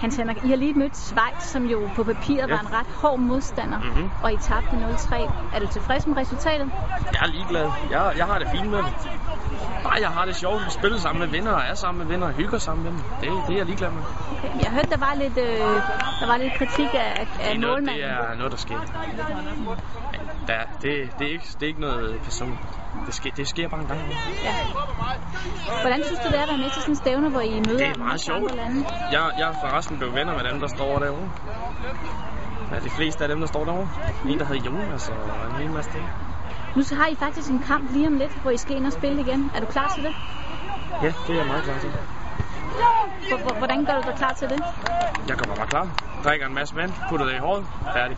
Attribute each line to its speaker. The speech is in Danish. Speaker 1: Hans Henrik, I har lige mødt Schweiz, som jo på papiret ja. var en ret hård modstander,
Speaker 2: Mhm.
Speaker 1: mm-hmm. og I tabte 0-3. Er du tilfreds med resultatet?
Speaker 2: Jeg er ligeglad. Jeg, jeg har det fint med det. Bare jeg har det sjovt. Vi spiller sammen med venner, og er sammen med venner, og hygger sammen med dem. Det, det er jeg ligeglad med.
Speaker 1: Okay. Jeg hørte, der var lidt, øh, der var lidt kritik af, af
Speaker 2: det, er noget,
Speaker 1: målmanden.
Speaker 2: det er noget, der sker. Men der, det, det, er ikke, det er ikke noget personligt. Det sker, det sker bare en gang. imellem.
Speaker 1: Ja. Hvordan synes du, det er at være med til sådan en stævne, hvor I møder
Speaker 2: Det er meget sjovt.
Speaker 1: andre lande?
Speaker 2: Jeg, jeg er forresten blevet venner med dem, der står derovre. Ja, de fleste af dem, der står derovre. En, der hedder Jonas og en hel masse ting.
Speaker 1: Nu så har I faktisk en kamp lige om lidt, hvor I skal ind og spille igen. Er du klar til det?
Speaker 2: Ja, det er jeg meget klar til.
Speaker 1: Hvor- hvor- Hvordan gør du dig klar til det?
Speaker 2: Jeg kommer bare klar. Drikker en masse vand, putter det i håret. Færdig.